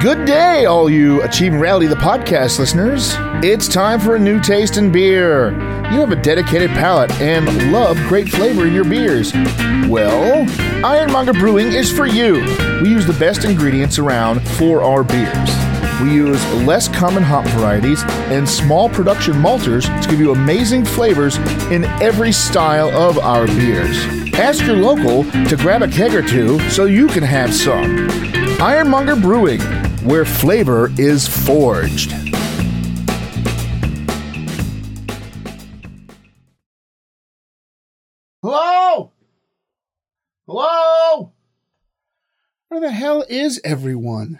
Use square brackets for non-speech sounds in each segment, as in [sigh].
Good day, all you Achieving Reality the podcast listeners. It's time for a new taste in beer. You have a dedicated palate and love great flavor in your beers. Well, Ironmonger Brewing is for you. We use the best ingredients around for our beers. We use less common hop varieties and small production malters to give you amazing flavors in every style of our beers. Ask your local to grab a keg or two so you can have some. Ironmonger Brewing, where flavor is forged. Hello? Hello? Where the hell is everyone?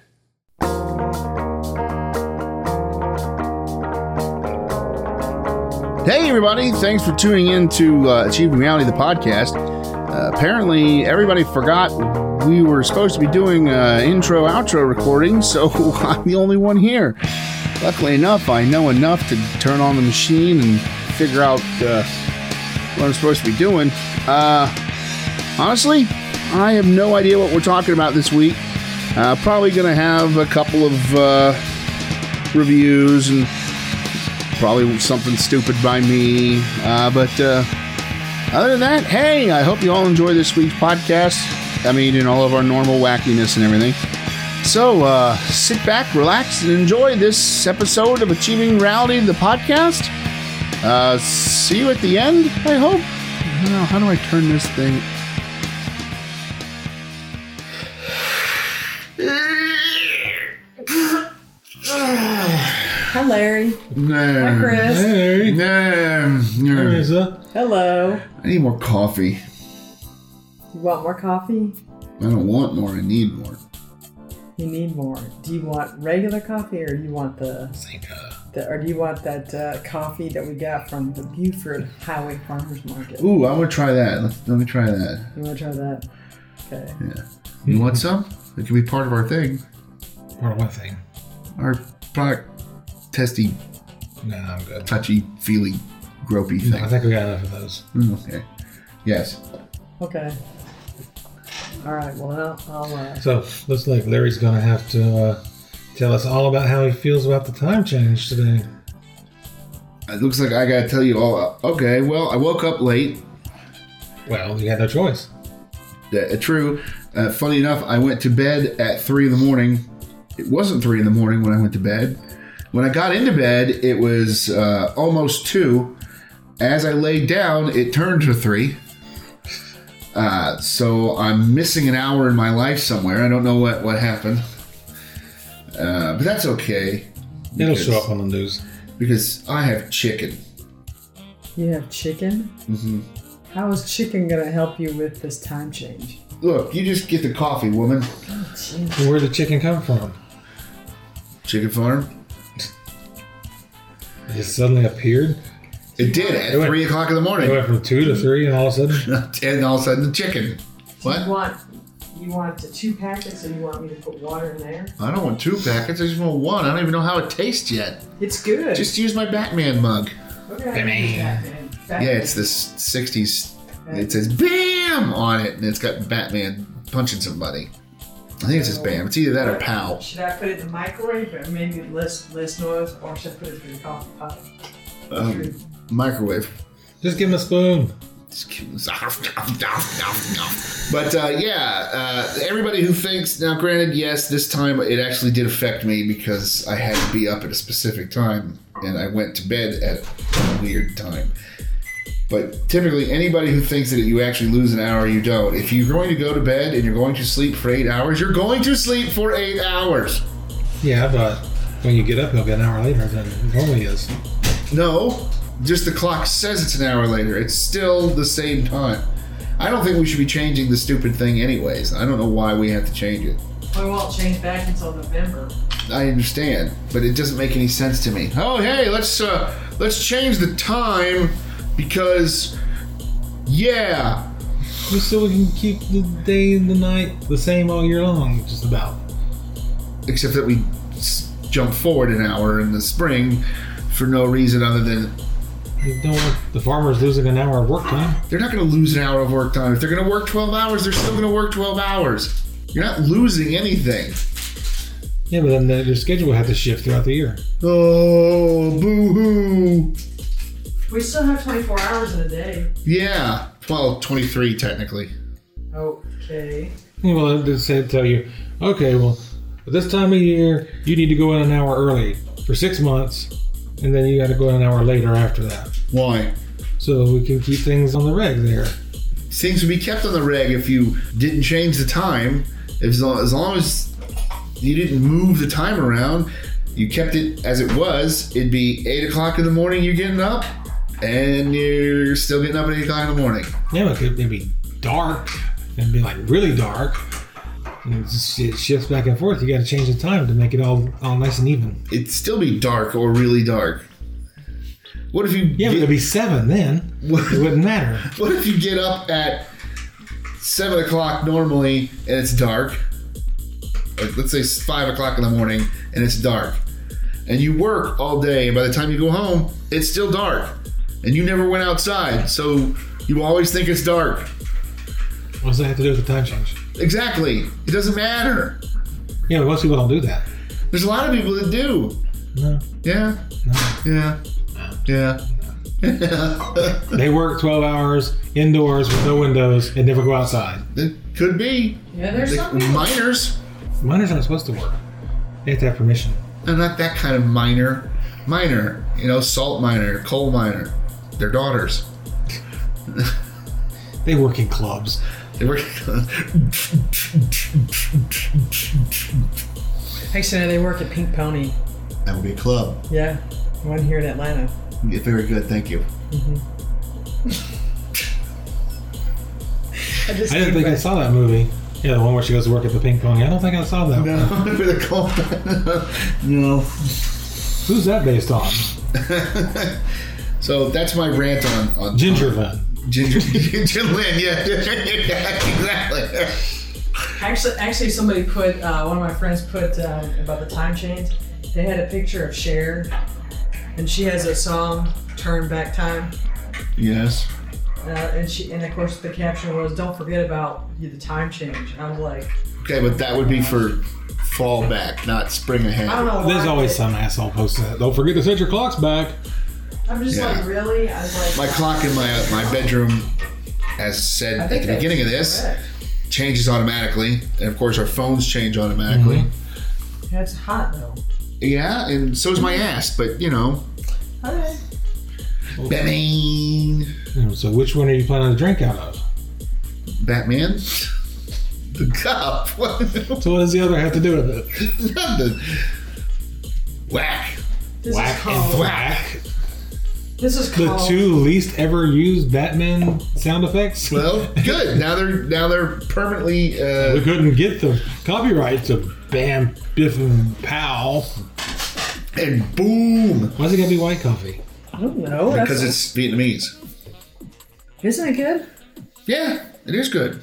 Hey, everybody. Thanks for tuning in to uh, Achieving Reality, the podcast. Uh, apparently, everybody forgot we were supposed to be doing uh, intro outro recording, [laughs] so I'm the only one here. Luckily enough, I know enough to turn on the machine and figure out uh, what I'm supposed to be doing. Uh, honestly, I have no idea what we're talking about this week. Uh, probably going to have a couple of uh, reviews and probably something stupid by me. Uh, but uh, other than that, hey, I hope you all enjoy this week's podcast. I mean, and all of our normal wackiness and everything. So uh, sit back, relax, and enjoy this episode of Achieving Reality, the podcast. Uh, see you at the end, I hope. Now, how do I turn this thing? Hi, Larry. Nah, Chris. Hey, nah, nah. Hello. I need more coffee. You want more coffee? I don't want more. I need more. You need more. Do you want regular coffee, or you want the, the or do you want that uh, coffee that we got from the Buford Highway Farmers Market? Ooh, I want to try that. Let's, let me try that. You want to try that? Okay. You want some? It can be part of our thing. Or one thing. Our product testy, No, I'm good. touchy, feely, gropey No, I thing. think we got enough of those. Mm, okay. Yes. Okay. All right. Well, I'll. I'll uh, So looks like Larry's gonna have to uh, tell us all about how he feels about the time change today. It looks like I gotta tell you all. Okay, well, I woke up late. Well, you had no choice. Uh, true. Uh, funny enough, I went to bed at 3 in the morning. It wasn't 3 in the morning when I went to bed. When I got into bed, it was uh, almost 2. As I laid down, it turned to 3. Uh, so I'm missing an hour in my life somewhere. I don't know what, what happened. Uh, but that's okay. It'll Because- show up on the news. Because I have chicken. you have chicken. Mm-hmm. is chicken gonna help you with this time change? Look, you just get the coffee, woman. Jeez. Where did the chicken come from? Chicken farm. It just suddenly appeared. It did at It went- 3 o'clock in the It morning. went from two to three, and all of a sudden, [laughs] and all of a sudden, the chicken. What? You want you want the two packets, and you want me to put water in there? I don't want two packets. I just want one. I don't even know how it tastes yet. It's good. Just use my Batman mug. okay. Bam. Back- Yeah, it's this 60s. It says BAM on it, and it's got Batman punching somebody. I think it says BAM. It's either that or POW. Should I put it in the microwave and maybe less less noise, or should I put it in the coffee pot? Um, microwave. just give him a spoon. But uh, yeah, uh, everybody who thinks now, granted, yes, this time it actually did affect me because I had to be up at a specific time and I went to bed at a weird time. But typically, anybody who thinks that you actually lose an hour, you don't. If you're going to go to bed and you're going to sleep for eight hours, you're going to sleep for eight hours. Yeah, but when you get up, it'll be an hour later than it normally is. No, just the clock says it's an hour later. It's still the same time. I don't think we should be changing the stupid thing, anyways. I don't know why we have to change it. We won't change back until November. I understand, but it doesn't make any sense to me. Oh, hey, let's uh, let's change the time because, yeah, Just so we can keep the day and the night the same all year long, just about. except that we s- jump forward an hour in the spring for no reason other than You don't want the farmer's losing an hour of work time. They're not going to lose an hour of work time. If they're going to work 12 hours, they're still going to work 12 hours. You're not losing anything. Yeah, but then the, their schedule would have to shift throughout the year. Oh, boo hoo. We still have 24 hours in a day. Yeah. Well, 23 technically. Okay. Yeah, well, they say tell you, okay, well, this time of year you need to go in an hour early for six months, and then you got to go in an hour later after that, Why? so we can keep things on the reg there. Things would be kept on the reg if you didn't change the time. If, as, long, as long as you didn't move the time around, you kept it as it was, it'd be 8 o'clock in the morning you're getting up, and you're still getting up at 8 o'clock in the morning. Yeah, it could maybe dark and be like really dark. And it, just, it shifts back and forth. You got to change the time to make it all all nice and even. It'd still be dark or really dark. What if you Yeah, but get- it'd be seven then. [laughs] It wouldn't matter. What if you get up at seven o'clock normally and it's dark? Like let's say it's five o'clock in the morning and it's dark, and you work all day, and by the time you go home, it's still dark, and you never went outside, so you always think it's dark. What does that have to do with the time change? Exactly, it doesn't matter. Yeah, but most people don't do that. There's a lot of people that do. No, Yeah, no. yeah, yeah. yeah. [laughs] They work 12 hours indoors with no windows and never go outside. it could be Yeah, there's like some people. minors. Minors aren't supposed to work. They have to have permission. They're not that kind of miner. Miner, you know, salt miner, coal miner. Their daughters. They work in clubs. They work. [laughs] Actually, no, they work at Pink Pony. that would be a club. Yeah, one here in Atlanta. Yeah, very good, thank [laughs] you. I just, I didn't came think I back- saw that movie. Yeah, the one where she goes to work at the ping pong. I don't think I saw that. one. [laughs] For the coal. no. Who's that based on? [laughs] So that's my rant on, on Ginger Lynn. [laughs] Ginger, Ginger Lynn. Yeah, [laughs] exactly. Actually, actually, somebody put uh, one of my friends put um, about the time change. They had a picture of Cher, and she has a song "Turn Back Time," Yes. uh, and she and of course the caption was "Don't forget about the time change." And I was like, Okay, but that would be for fall back, not spring ahead. I don't know. Why There's always but some asshole posting that. Don't forget to set your clocks back. I'm just Yeah. like, really? I was My like, clock in my my bedroom, as I said at think the that's beginning of this, correct. changes automatically, and of course our phones change automatically. That's hot though. Yeah, and so is my ass, but you know, Alright. Batman, And So, which one are you planning to drink out of? Batman, the cop, [laughs] what? So, what does the other have to do with it? Nothing. Whack. This is Whack called. and whack. This is The called. two least ever used Batman sound effects. Well, good. Now they're now they're permanently. We Uh, couldn't get the copyright to Bam Biff and Pow. and boom, Why's it gotta be white coffee? I don't know. that's- because it's Vietnamese. isn't it good? Yeah, it is good.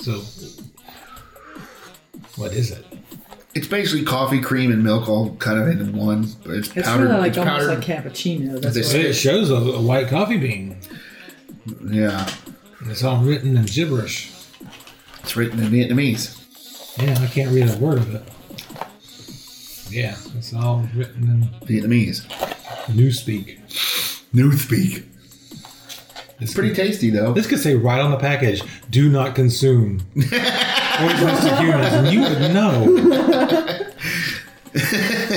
So, what is it? It's basically coffee, cream, and milk all kind of in one. but It's It's powdered. really like it's almost powdered. like cappuccino. That's They what say- It shows a, a white coffee bean. yeah, And It's all written in gibberish. it's written in Vietnamese. Yeah, I can't read a word of it. Yeah, it's all written Vietnamese. in newspeak. Newspeak. It's Pretty tasty though. This could say right on the package, "Do [laughs] not consume." Poisonous to humans, and you would know.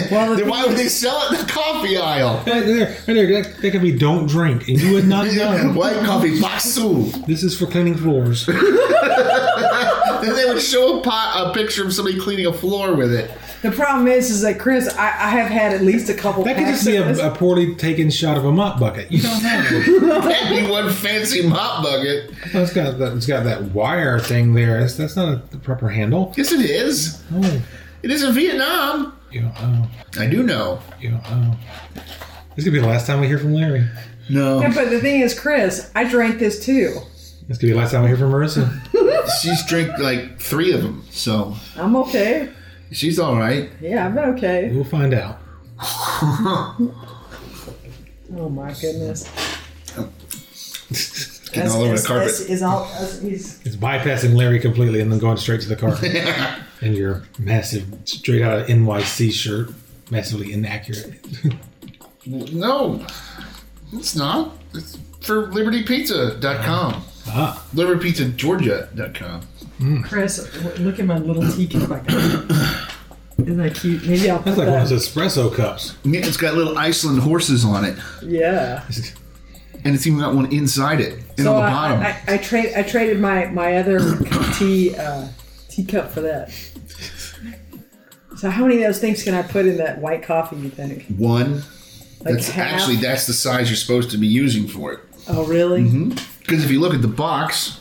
Well, the Then [laughs] why would they sell it in the coffee aisle? Right there, right there. That, that could be "Don't drink," and you would not know. White coffee, basu. This is for cleaning floors. Then they would show a, pot, a picture of somebody cleaning a floor with it. The problem is, is that Chris, I, I have had at least a couple. That could just packs be of this. a, a poorly taken shot of a mop bucket. You don't know. That'd be one fancy mop bucket. Oh, it's got that, it's got that wire thing there. That's, that's not a, the proper handle. Yes, it is. Oh, It is in Vietnam. you don't know. I do know. You don't know. oh. This could be the last time we hear from Larry. No, Yeah, but the thing is, Chris, I drank this too. This could be the last time we hear from Marissa. she's drank like three of them, so I'm okay. she's all right. Yeah, I'm okay. We'll find out. [laughs] Oh my goodness. Getting all over the S- S- carpet. S is all. S- he's- [laughs] It's bypassing Larry completely and then going straight to the car. and your massive straight out of NYC shirt, massively inaccurate. [laughs] No, it's not. It's for libertypizza.com. ah, Libertypizzageorgia.com. Chris, w- look at my little tea cup I got. Isn't that cute? Maybe I'll put that's like one of that. those espresso cups. Yeah, It's got little Iceland horses on it, Yeah. and it's even got one inside it and So on the I, bottom. I, I, I trade I traded my my other tea uh, teacup for that. So how many of those things can I put in that white coffee? You think? one. Like That's half? actually that's the size you're supposed to be using for it. Oh really? Mm-hmm. Because if you look at the box,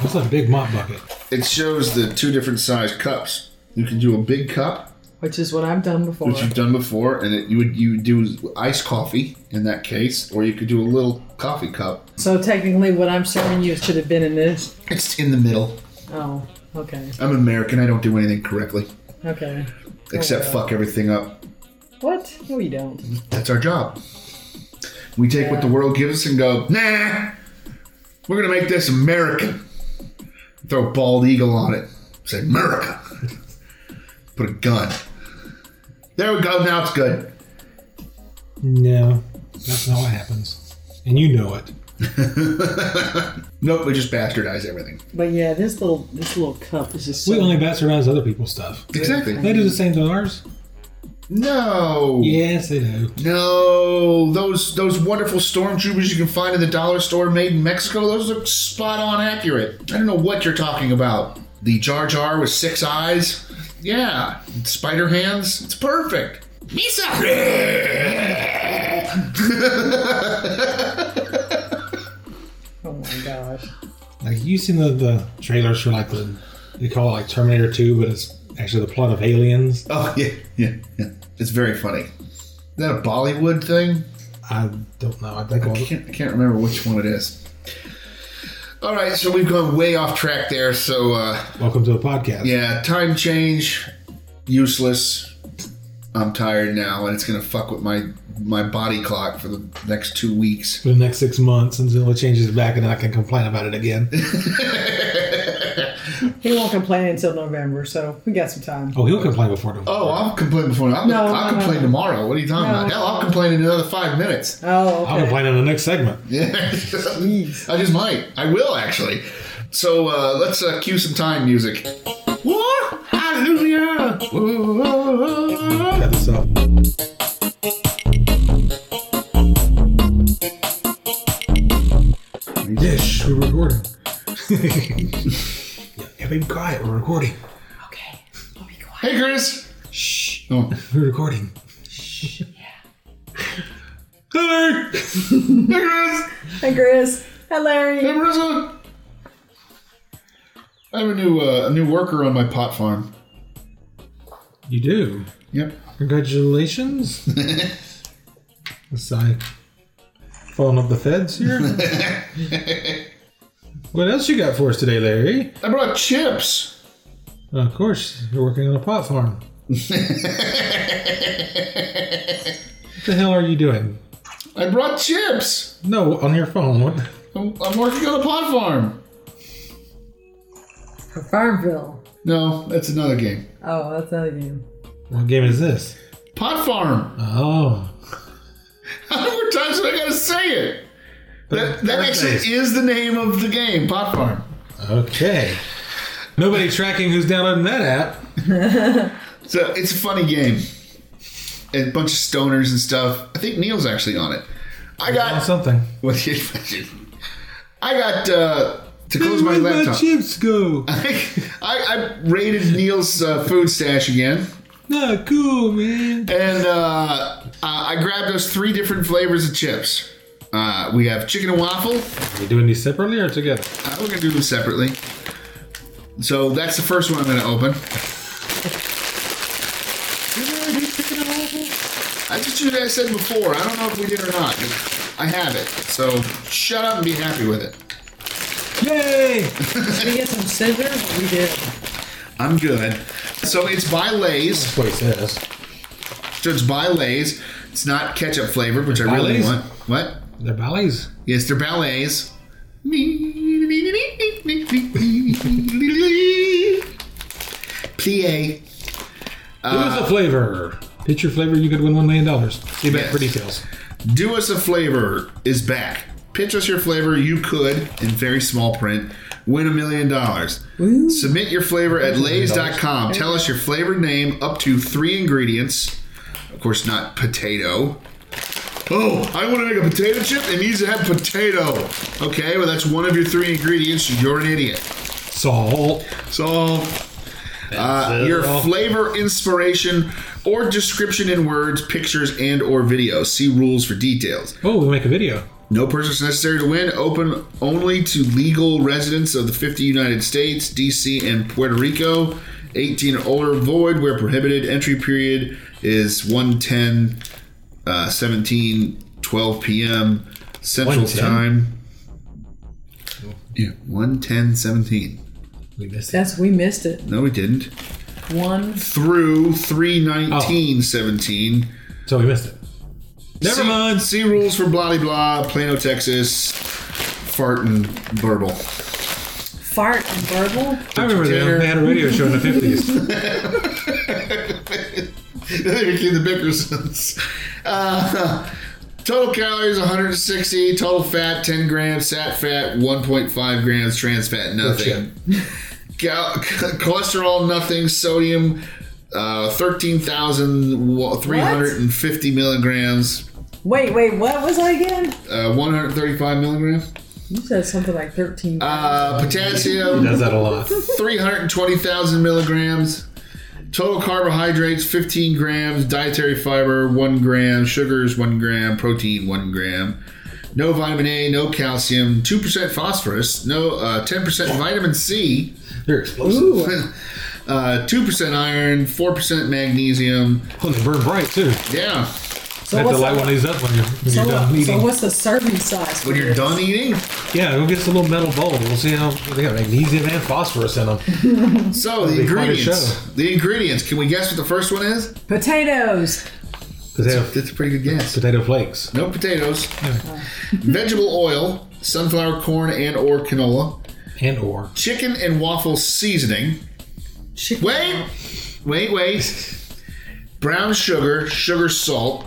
That's a big mop bucket. it shows the two different size cups. You can do a big cup, Which is what I've done before. which you've done before, and it, you would you would do iced coffee in that case, or you could do a little coffee cup. So technically, what I'm serving you should have been in this. It's in the middle. Oh, okay, I'm American. I don't do anything correctly Oh, okay. except Okay. fuck everything up. What? No, you don't. That's our job. We take what the world gives us and go, nah. We're gonna make this American. Throw a bald eagle on it. Say America. Put a gun. There we go. Now it's good. No, that's not what happens, and you know it. Nope, we just bastardize everything. But yeah, this little this little cup is just. We So, only bastardize other people's stuff. They Exactly. do the same to ours. No. Yes, they do. No. Those those wonderful stormtroopers you can find in the dollar store made in Mexico, those are spot on accurate. I don't know what you're talking about. The Jar Jar with six eyes? Yeah. Spider hands? It's perfect. oh my gosh. Like you seen the, the trailers for like the they call it like Terminator Two, but it's actually the plot of Aliens. Oh yeah, yeah, yeah. It's very funny. Is that a Bollywood thing? I don't know. I think I all, can't, I can't remember which one it is. All right, so we've gone way off track there. So uh, welcome to the podcast. Yeah, time change, useless. I'm tired now, and it's gonna fuck with my my body clock for the next two weeks. For the next six months until it changes back, and then I can complain about it again. He won't complain until November, so we got some time. Oh, he'll complain before the. Oh, I'll complain before. I'll, No, I'll no, complain no. tomorrow. What are you talking No, about? Hell, I'll no. complain in another five minutes. [laughs] Oh, I'll okay. complain in the next segment. Yeah, Jeez. I just might. I will actually. So uh, let's uh, cue some time music. What? Hallelujah! Whoa. Cut this off. Dish, we're recording. yeah, [laughs] yeah, be quiet. We're recording. Okay. I'll be quiet. Hey, Chris. Shh, Oh, [laughs] we're recording. hey, hey, Chris. Hey, Chris. Hi, Larry. Hey, Marissa. I have a new uh, a new worker on my pot farm. You do. Yep. [laughs] Congratulations. Aside, phone up the feds [laughs] here. what else you got for us today, Larry? I brought chips. Uh, of course, you're working on a pot farm. what the hell are you doing? I brought chips. No, on your phone. What? I'm, I'm working on a pot farm. For Farmville. No, that's another game. Oh, that's another game. What game is this? Pot farm. [laughs] Oh, How many more times do I gotta say it? That, that actually Birthdays. is the name of the game, Pot Farm. okay. Nobody tracking who's downloading that app. So it's a funny game. And a bunch of stoners and stuff. I think Neil's actually on it. I On got. Oh, something. [laughs] What do you I got uh, to close my Where'd laptop. chips go? [laughs] I, I raided Neil's uh, food stash again, Not cool, man. and uh, I I grabbed those three different flavors of chips. Uh, we have chicken and waffle. Are you doing these separately or together? Uh, we're gonna do them separately. So that's the first one I'm gonna open. I just did what I said before. I don't know if we did or not. I have it, so shut up and be happy with it. Yay! Did we get some scissors? We did. I'm good. So it's by Lay's. That's what it says. So it's by Lay's. It's not ketchup flavored, which I really Baileys? want. What? They're ballets. Yes, they're ballets. PA. Give Uh, us a flavor. Pitch your flavor, you could win $1 million. You bet Yes. for details. Do us a flavor is back. Pitch us your flavor. You could, in very small print, win a million dollars. Submit your flavor at lays.com. Tell us your flavor name, up to three ingredients. Of course, not potato. Oh, I want to make a potato chip. It needs to have potato. Okay, well, that's one of your three ingredients. You're an idiot. Salt. So, uh, it. your flavor, inspiration, or description in words, pictures, and/or videos. See rules for details. Oh, we make a video. No purchase necessary to win. Open only to legal residents of the 50 United States, D.C., and Puerto Rico. 18 and older. Void where prohibited. Entry period is 110, uh, 17, 12 p.m. Central 1:10? Time. Yeah, 110, 17. We missed it. That's we missed it. No, we didn't. One Through 319, 17. So we missed it. Oh. Never See- mind. See rules for blah blah, Plano, Texas, fart and burble. [laughs] fart and verbal. I remember them. They had a radio show in [laughs] the 50s. they became the Bickersons. Uh, total calories 160. Total fat 10 grams. Sat fat 1.5 grams. Trans fat nothing. [laughs] Cal- cholesterol nothing. Sodium uh, 13,350 milligrams. Wait, wait, what was I again? Uh, 135 milligrams. You said something like 13. Uh, He potassium does that a lot. 320,000 milligrams. Total carbohydrates, 15 grams. Dietary fiber, 1 gram. Sugars, 1 gram. Protein, 1 gram. No vitamin A, no calcium, 2% phosphorus, no uh, 10% vitamin C, [laughs] They're explosive. Ooh, uh, 2% iron, 4% magnesium. Oh, they burn bright, too. Yeah. so have to what's light the- one of these up when you're, when so you're done what- so eating. what's the serving size? When you're done eating. yeah, go get some little metal bowl. We'll see how they got magnesium and phosphorus in them. So the be quite a ingredients. show. The ingredients. Can we guess what the first one is? Potatoes. Potato, That's a pretty good guess. potato flakes. No potatoes. Vegetable oil, sunflower corn and or canola. And or. chicken and waffle seasoning. Chicken. Wait, wait, wait. Brown sugar, sugar salt,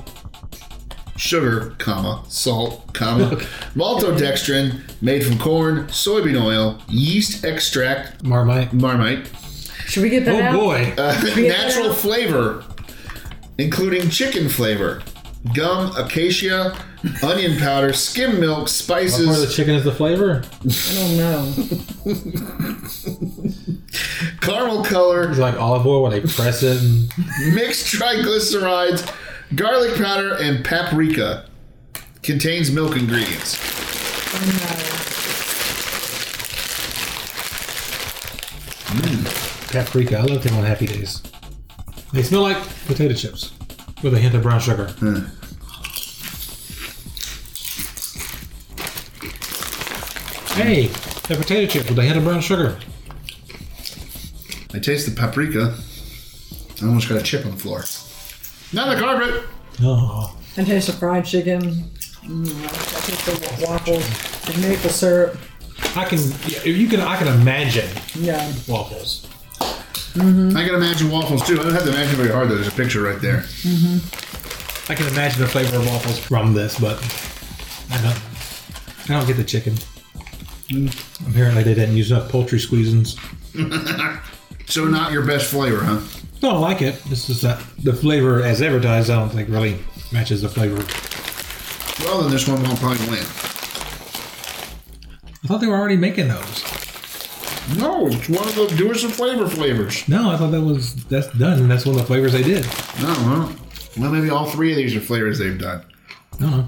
sugar, comma, salt, comma, maltodextrin made from corn, soybean oil, yeast extract, Marmite. marmite, Should we get that Oh out? boy. uh, Yeah. natural flavor, including chicken flavor, gum, acacia, onion powder, skim milk, Part of the spices, chicken is the flavor. I don't know. caramel color, It's like olive oil when they press it. And mixed triglycerides, garlic powder, and paprika. Contains milk ingredients. I paprika. I loved them on Happy Days. They smell like potato chips with a hint of brown sugar. Hey, a potato chip with a hint of brown sugar. I taste the paprika. I almost got a chip on the floor. Not the carpet. Oh, know. I taste the fried chicken. Mm, I taste the wa- waffles. The maple syrup. I can. Yeah, if you can, I can imagine Yeah. waffles. I can imagine waffles too. I don't have to imagine very hard though. There's a picture right there. I can imagine the flavor of waffles from this, but I don't. I don't get the chicken. Apparently, they didn't use enough poultry squeezins. So not your best flavor, huh? No, I like it. This is that the flavor as advertised. I don't think really matches the flavor. Well, then this one won't probably win. I thought they were already making those. No, it's one of the do us some flavor flavors. No, I thought that was that's done. and That's one of the flavors they did. No, well, well, maybe all three of these are flavors they've done. No,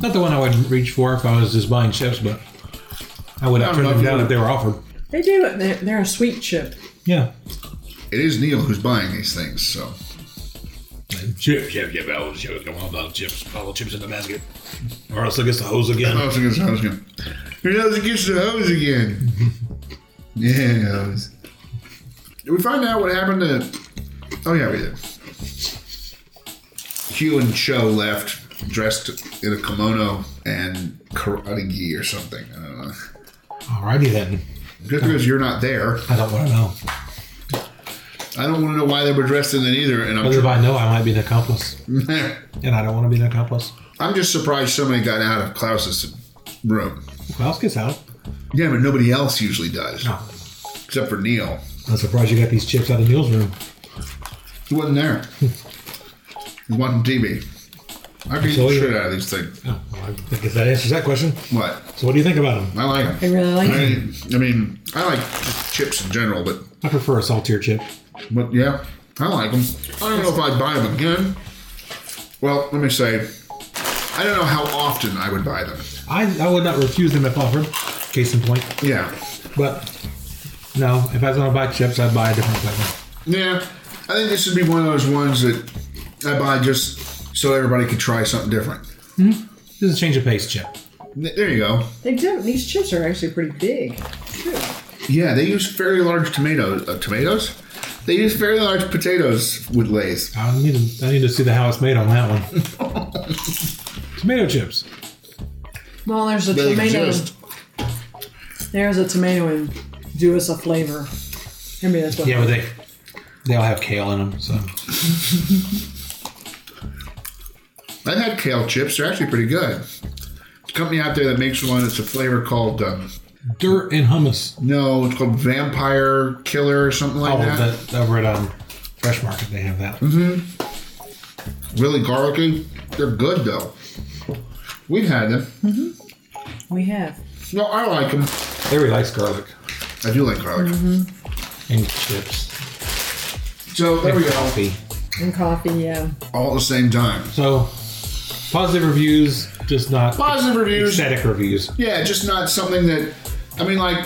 not the one I would reach for if I was just buying chips, but I would I have don't turned know them if down you- if they were offered. They do it. They're, they're a sweet chip. Yeah, It is Neil who's buying these things, so chip, chip, chip. I was chip. Come on, about chips. All the chips in the basket, or else I guess the hose again. Hose against hose again. Your nose against the hose again. [laughs] yeah, hose. Did we find out what happened to? Oh yeah, we did. Hugh and Cho left dressed in a kimono and karate gi or something. I don't know. Alrighty then. Just because you're not there, I don't want to know. I don't want to know why they were dressed in that either. And I'm, Because if I know I might be an accomplice, tr- [laughs] and I don't want to be an accomplice. I'm just surprised somebody got out of Klaus's room. Klaus gets out. Yeah, but nobody else usually does, No. except for Neil. I'm surprised you got these chips out of Neil's room. He wasn't there. He wasn't TV. I beat So the you- shit out of these things. Oh, well, I guess that answers that question. What? So, what do you think about them? I like 'em. I really like I, it. I mean, I like just chips in general, but I prefer a saltier chip. but yeah, I like them. I don't know if I'd buy them again. Well, let me say, I don't know how often I would buy them. I, I would not refuse them if offered. Case in point. Yeah, But no, if I was going to buy chips, I'd buy a different flavor. yeah. I think this would be one of those ones that I buy just so everybody could try something different. This is a change of pace chip. There you go. They do. These chips are actually pretty big. Yeah, they use very large tomatoes. Uh, tomatoes? They use very large potatoes with Lay's. I need to I need to see the how it's made on that one. [laughs] Tomato chips. Well, there's a They tomato. exist. There's a tomato and do us a flavor. I mean, that's what. Yeah, but they they all have kale in them. So I've had kale chips. They're actually pretty good. There's a company out there that makes one. It's a flavor called um, dirt and hummus. no, it's called Vampire Killer or something like Oh, that. that over at um, Fresh Market they have that. Really garlicky. They're good though. We've had them. we have. No, I like them. Everybody likes garlic I do like garlic. and chips. So there we go. Coffee. And coffee, yeah. All at the same time. So positive reviews, just not Positive reviews. aesthetic reviews. Yeah, just not something that. I mean, like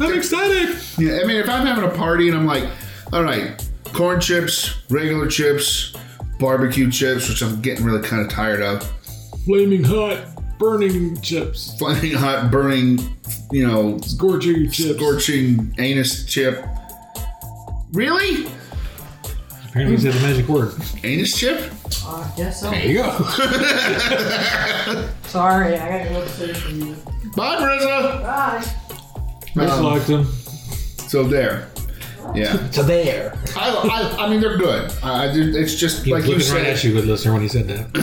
I'm ecstatic. Yeah, I mean, if I'm having a party and I'm like, all right, corn chips, regular chips, barbecue chips, which I'm getting really kind of tired of, [laughs] Flaming hot, burning chips, flaming hot, burning, you know, scorching chips. scorching anus chip. Really? Apparently, he said the magic word. Anus chip? Uh, guess so. There you go. [laughs] Sorry, I gotta go upstairs for you. Bye, Marissa. Bye. Just Um, liked them. so there. [laughs] Yeah, So there. I, I, I mean they're good. I, I, did- it's just He like was you looking right said. at you, good listener, when he said that.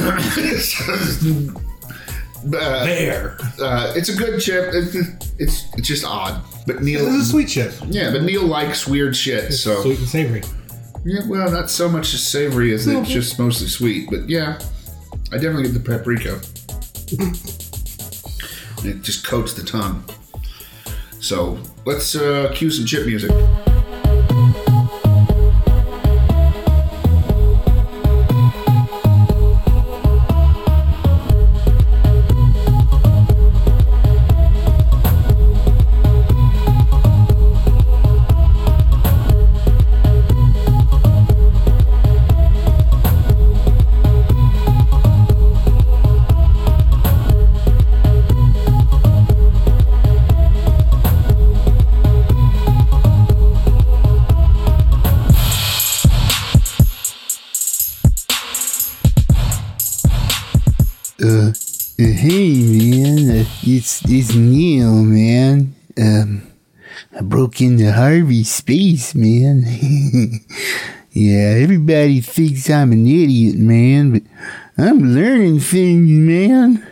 [laughs] uh, There. uh, it's a good chip. It's, it's it's just odd. But Neil, This is a sweet chip. yeah, but Neil likes weird shit. So Sweet and savory. Yeah, well, not so much as savory as it's just mostly sweet, but yeah, I definitely get the paprika. And it just coats the tongue. So let's uh, cue some chip music. Uh, uh, hey man, uh, it's it's Neil, man. Um, I broke into Harvey's space, man. [laughs] yeah, everybody thinks I'm an idiot, man, but I'm learning things, man.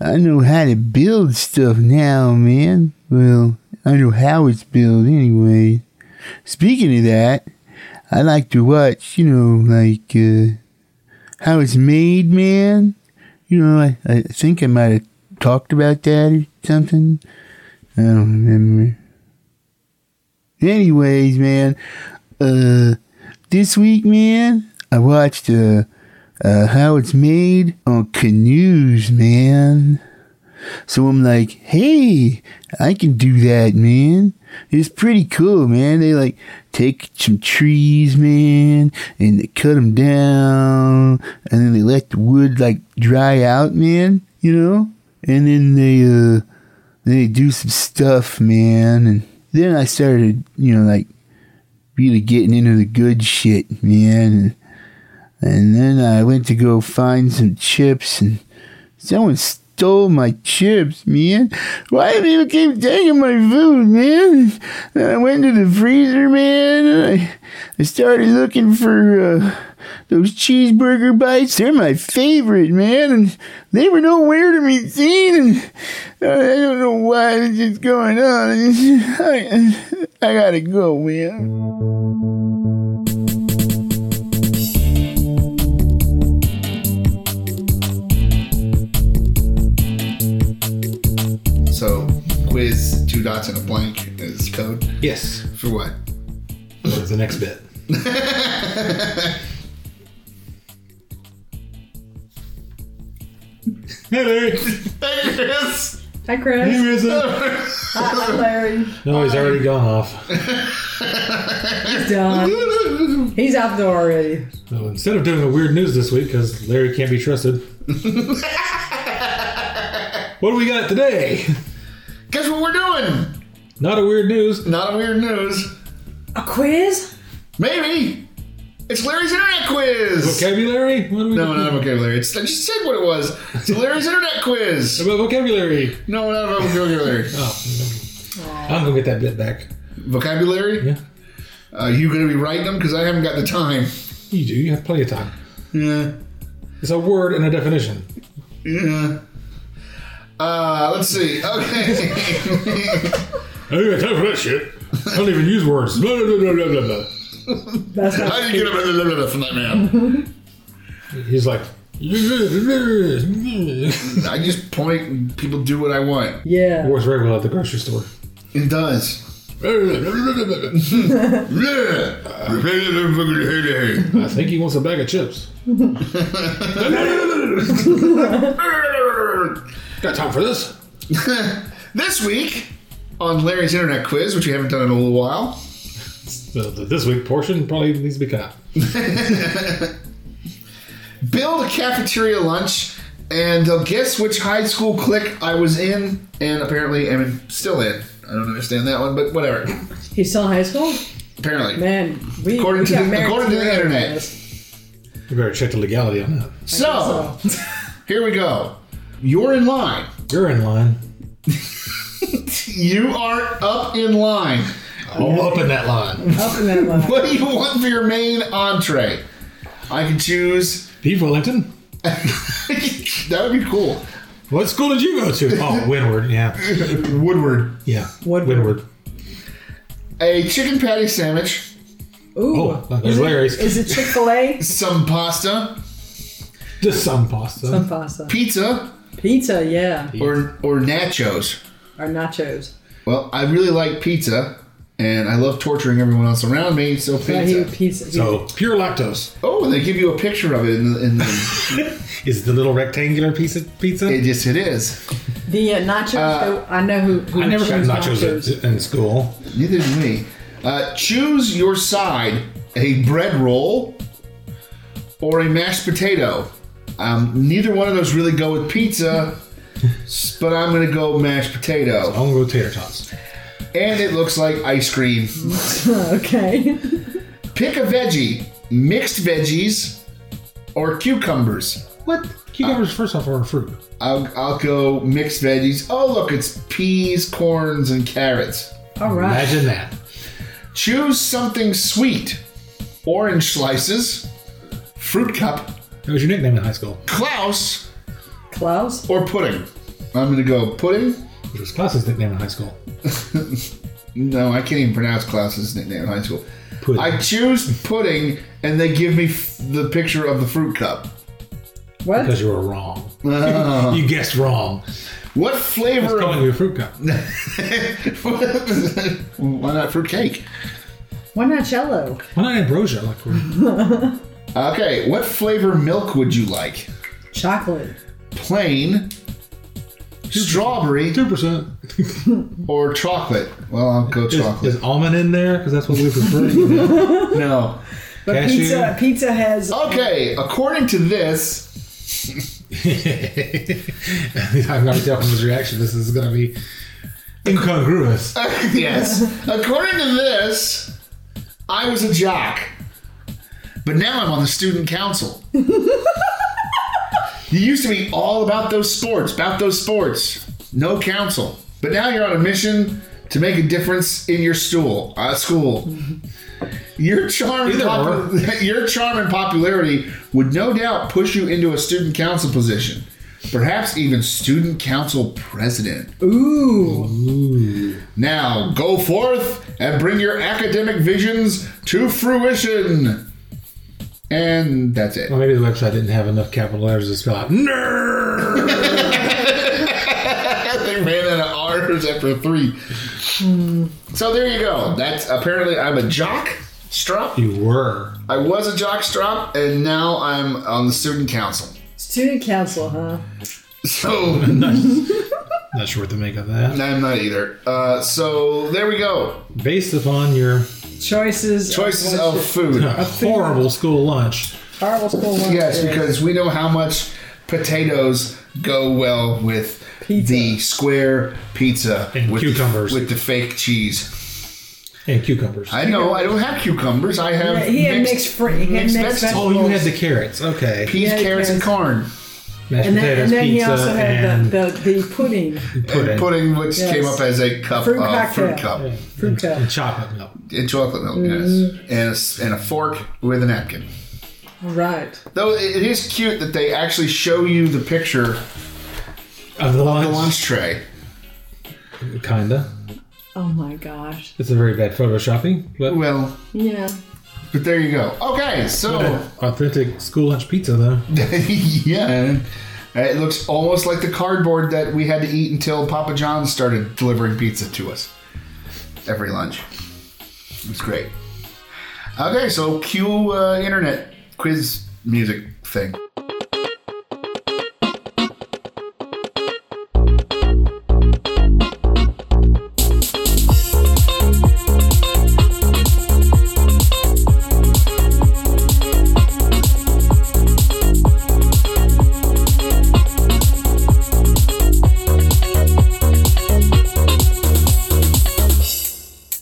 I know how to build stuff now, man. Well, I know how it's built anyway. Speaking of that, I like to watch, you know, like uh, how it's made, man you know, I, I think I might have talked about that or something. I don't remember. Anyways, man, uh, this week, man, I watched uh, uh, how it's made on canoes, man. So I'm like, hey, I can do that, man. It's pretty cool, man. They like take some trees, man, and they cut them down, and then they let the wood like dry out, man. You know, and then they uh, they do some stuff, man. And then I started, you know, like really getting into the good shit, man. And then I went to go find some chips and Someone stole my chips, man. Why do people keep taking my food, man? And I went to the freezer, man. And I started looking for uh, those cheeseburger bites. They're my favorite, man, and they were nowhere to be seen. And uh, I don't know why this is going on. [laughs] I, I gotta go, man. So, quiz, two dots and a blank is code Yes. for what? That's the next bit. [laughs] Hey, Yes. Hi, Chris. there is it. Hi, [laughs] Larry. No, he's already gone off. He's done. He's out the door already. So instead of doing the weird news this week, because Larry can't be trusted, [laughs] what do we got today? Guess what we're doing? Not a weird news. Not weird news. A quiz? Maybe it's Larry's internet quiz. Vocabulary? What do we No, do? not vocabulary. It's, I just said what it was. It's Larry's internet quiz. About vocabulary. No, not [laughs] vocabulary. Oh, I'm gonna get that bit back. Vocabulary? Yeah. Are you going to be writing them? Because I haven't got the time. You do. You have plenty of time. Yeah. It's a word and a definition. Yeah. Uh, let's see. [laughs] Okay. I don't got time for that shit. I don't even use words. Blah, blah, blah, blah, blah, blah. That's not. How do you get up from that man? He's like, works I just point and people do what I want. Yeah. very well at the grocery store. It [laughs] does. I Yeah. [laughs] think he wants a bag of chips. Got time for this? this week on Larry's internet quiz, which we haven't done in a little while, The, the this week portion probably needs to be cut out. build a cafeteria lunch and they'll guess which high school clique I was in and apparently am in- still in. I don't understand that one, but whatever. He's still in high school? Apparently. Man, we. According we to got the- married according to the together on internet. this. You better check the legality on that. So, [laughs] here we go. You're in line. You're in line. You are up in line. [laughs] I'm up in that line. Up in that line. What do you want for your main entree? I can choose. [laughs] Pete Wellington? that would be cool. What school did you go to? Oh, Windward, yeah. Woodward. Yeah. Woodward. A chicken patty sandwich, Ooh. [laughs] Oh, there's Larry's. Is it Chick fil A? some pasta, Just some pasta. Some pasta. pizza, Pizza, yeah. or or nachos. Or nachos. Well, I really like pizza, and I love torturing everyone else around me. So But he, pizza. pizza. he- so, pure lactose Oh, and they give you a picture of it. In the, in the, is the little rectangular piece of pizza. it just it is. the uh, nachos, though, I know who. who I never got chose nachos in, in school. Neither do me. Uh, choose your side: a bread roll or a mashed potato. Um, neither one of those really go with pizza, s- but I'm gonna go mashed potato. I'm gonna go tater tots. And it looks like ice cream. [laughs] okay. Pick a veggie: mixed veggies or cucumbers. What? Cucumbers, first off, are a fruit. I'll, I'll go mixed veggies. Oh, look, it's peas, corns, and carrots. All right. Imagine that. Choose something sweet orange slices, fruit cup, That was your nickname in high school. Klaus, Klaus? or pudding. I'm gonna go pudding. It was Klaus's nickname in high school. No, I can't even pronounce Klaus's nickname in high school. Pudding. I choose pudding, and they give me f- the picture of the fruit cup. [laughs] What? because you were wrong. you guessed wrong. What It's flavor? calling you a fruit cup. [laughs] Why not fruit cake? Why not jello? Why not ambrosia? Like we're- Okay, what flavor milk would you like? Chocolate. Plain, strawberry, two percent. or chocolate? Well, I'll go Is, chocolate. is almond in there? Because that's what we prefer. You know? No. But Cashew. pizza pizza has. Okay, according to this, [laughs] I'm gonna tell from his reaction. This is gonna be incongruous. [laughs] yes, according to this, I was a jock, but now I'm on the student council. [laughs] you used to be all about those sports, about those sports, no council, but now you're on a mission to make a difference in your stool, uh, school. Your charm, and Either popu- [laughs] your charm and popularity would no doubt push you into a student council position, perhaps even student council president. Ooh. Now go forth and bring your academic visions to fruition. And that's it. Well, maybe the website didn't have enough capital letters to spell out nerd. they [laughs] ran out of R's after three. So there you go. That's apparently I'm a jock strop. you were. I was a jock strop, and now I'm on the student council. [laughs] Student council, huh? So Not sure what to make of that. I'm not either. Uh, so there we go. Based upon your Choices. of Choices what of should- [laughs] food. horrible school lunch, Horrible school lunch. Yes, is- because we know how much potatoes go well with Pizza. the square pizza And with cucumbers. the, with the fake cheese. and cucumbers. I know I don't have cucumbers. I have Yeah, he had mixed, fr- he had mixed vegetables. mixed vegetables. oh, you had the carrots. Okay. peas, Yeah, carrots, and carrots. corn Mashed and then, potatoes, and then he pizza, also had and the, the, the pudding, pudding. and pudding, which Yes. came up as a cup Fruit of fruit cocktail. cup fruit [laughs] and cup. chocolate milk. and chocolate milk. Mm-hmm. Yes, and a s- and a fork with a napkin. Right. Though it it is cute that they actually show you the picture Of the of the lunch. lunch tray. Kinda. Oh my gosh. It's a very bad photoshopping, but Well, Yeah. but there you go. Okay, so. authentic school lunch pizza though. [laughs] yeah. and It looks almost like the cardboard that we had to eat until Papa John's started delivering pizza to us every lunch. It's great. Okay, so cue uh, internet quiz music thing.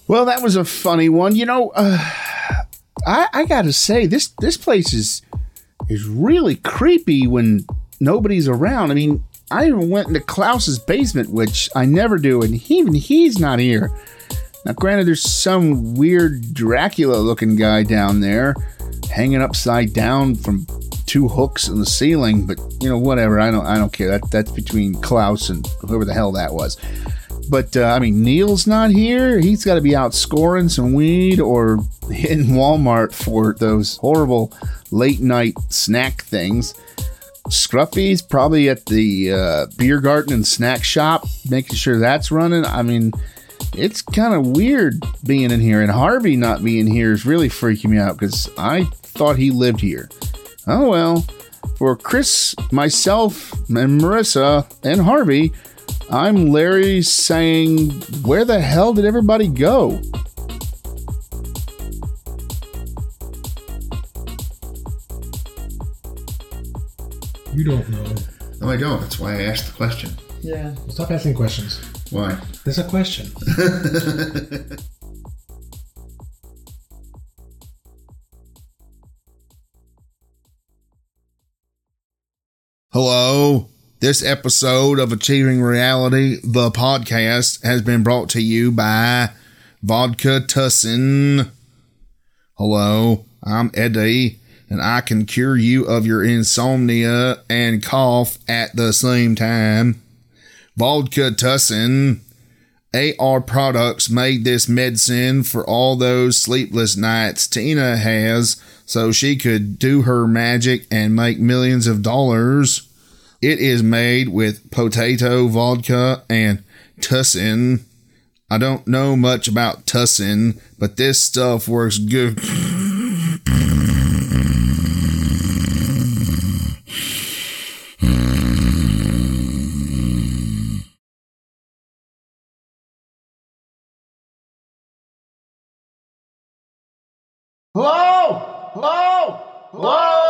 Well, that was a funny one. You know, uh, I, I gotta say this this place is is really creepy when nobody's around. I mean, I even went into Klaus's basement, which I never do, and he- even he's not here. Now, granted, there's some weird Dracula-looking guy down there, hanging upside down from two hooks in the ceiling. But you know, whatever. I don't. I don't care. That that's between Klaus and whoever the hell that was. But uh, I mean, Neil's not here. He's got to be out scoring some weed or [laughs] in Walmart for those horrible late night snack things. Scruffy's probably at the uh, beer garden and snack shop, making sure that's running. I mean, it's kind of weird being in here, and Harvey not being here is really freaking me out because I thought he lived here. Oh well. For Chris, myself, and Marissa, and Harvey, I'm Larry saying, Where the hell did everybody go? You don't know. No, I don't. That's why I asked the question. Yeah. Stop asking questions. Why? There's a question. Hello. This episode of Achieving Reality, the podcast, has been brought to you by Vodka Tussin. Hello, I'm Eddie, and I can cure you of your insomnia and cough at the same time. Vodka Tussin. AR Products made this medicine for all those sleepless nights Tina has so she could do her magic and make millions of dollars. It is made with potato vodka and tussin. I don't know much about tussin, but this stuff works good. Hello? Hello? Hello?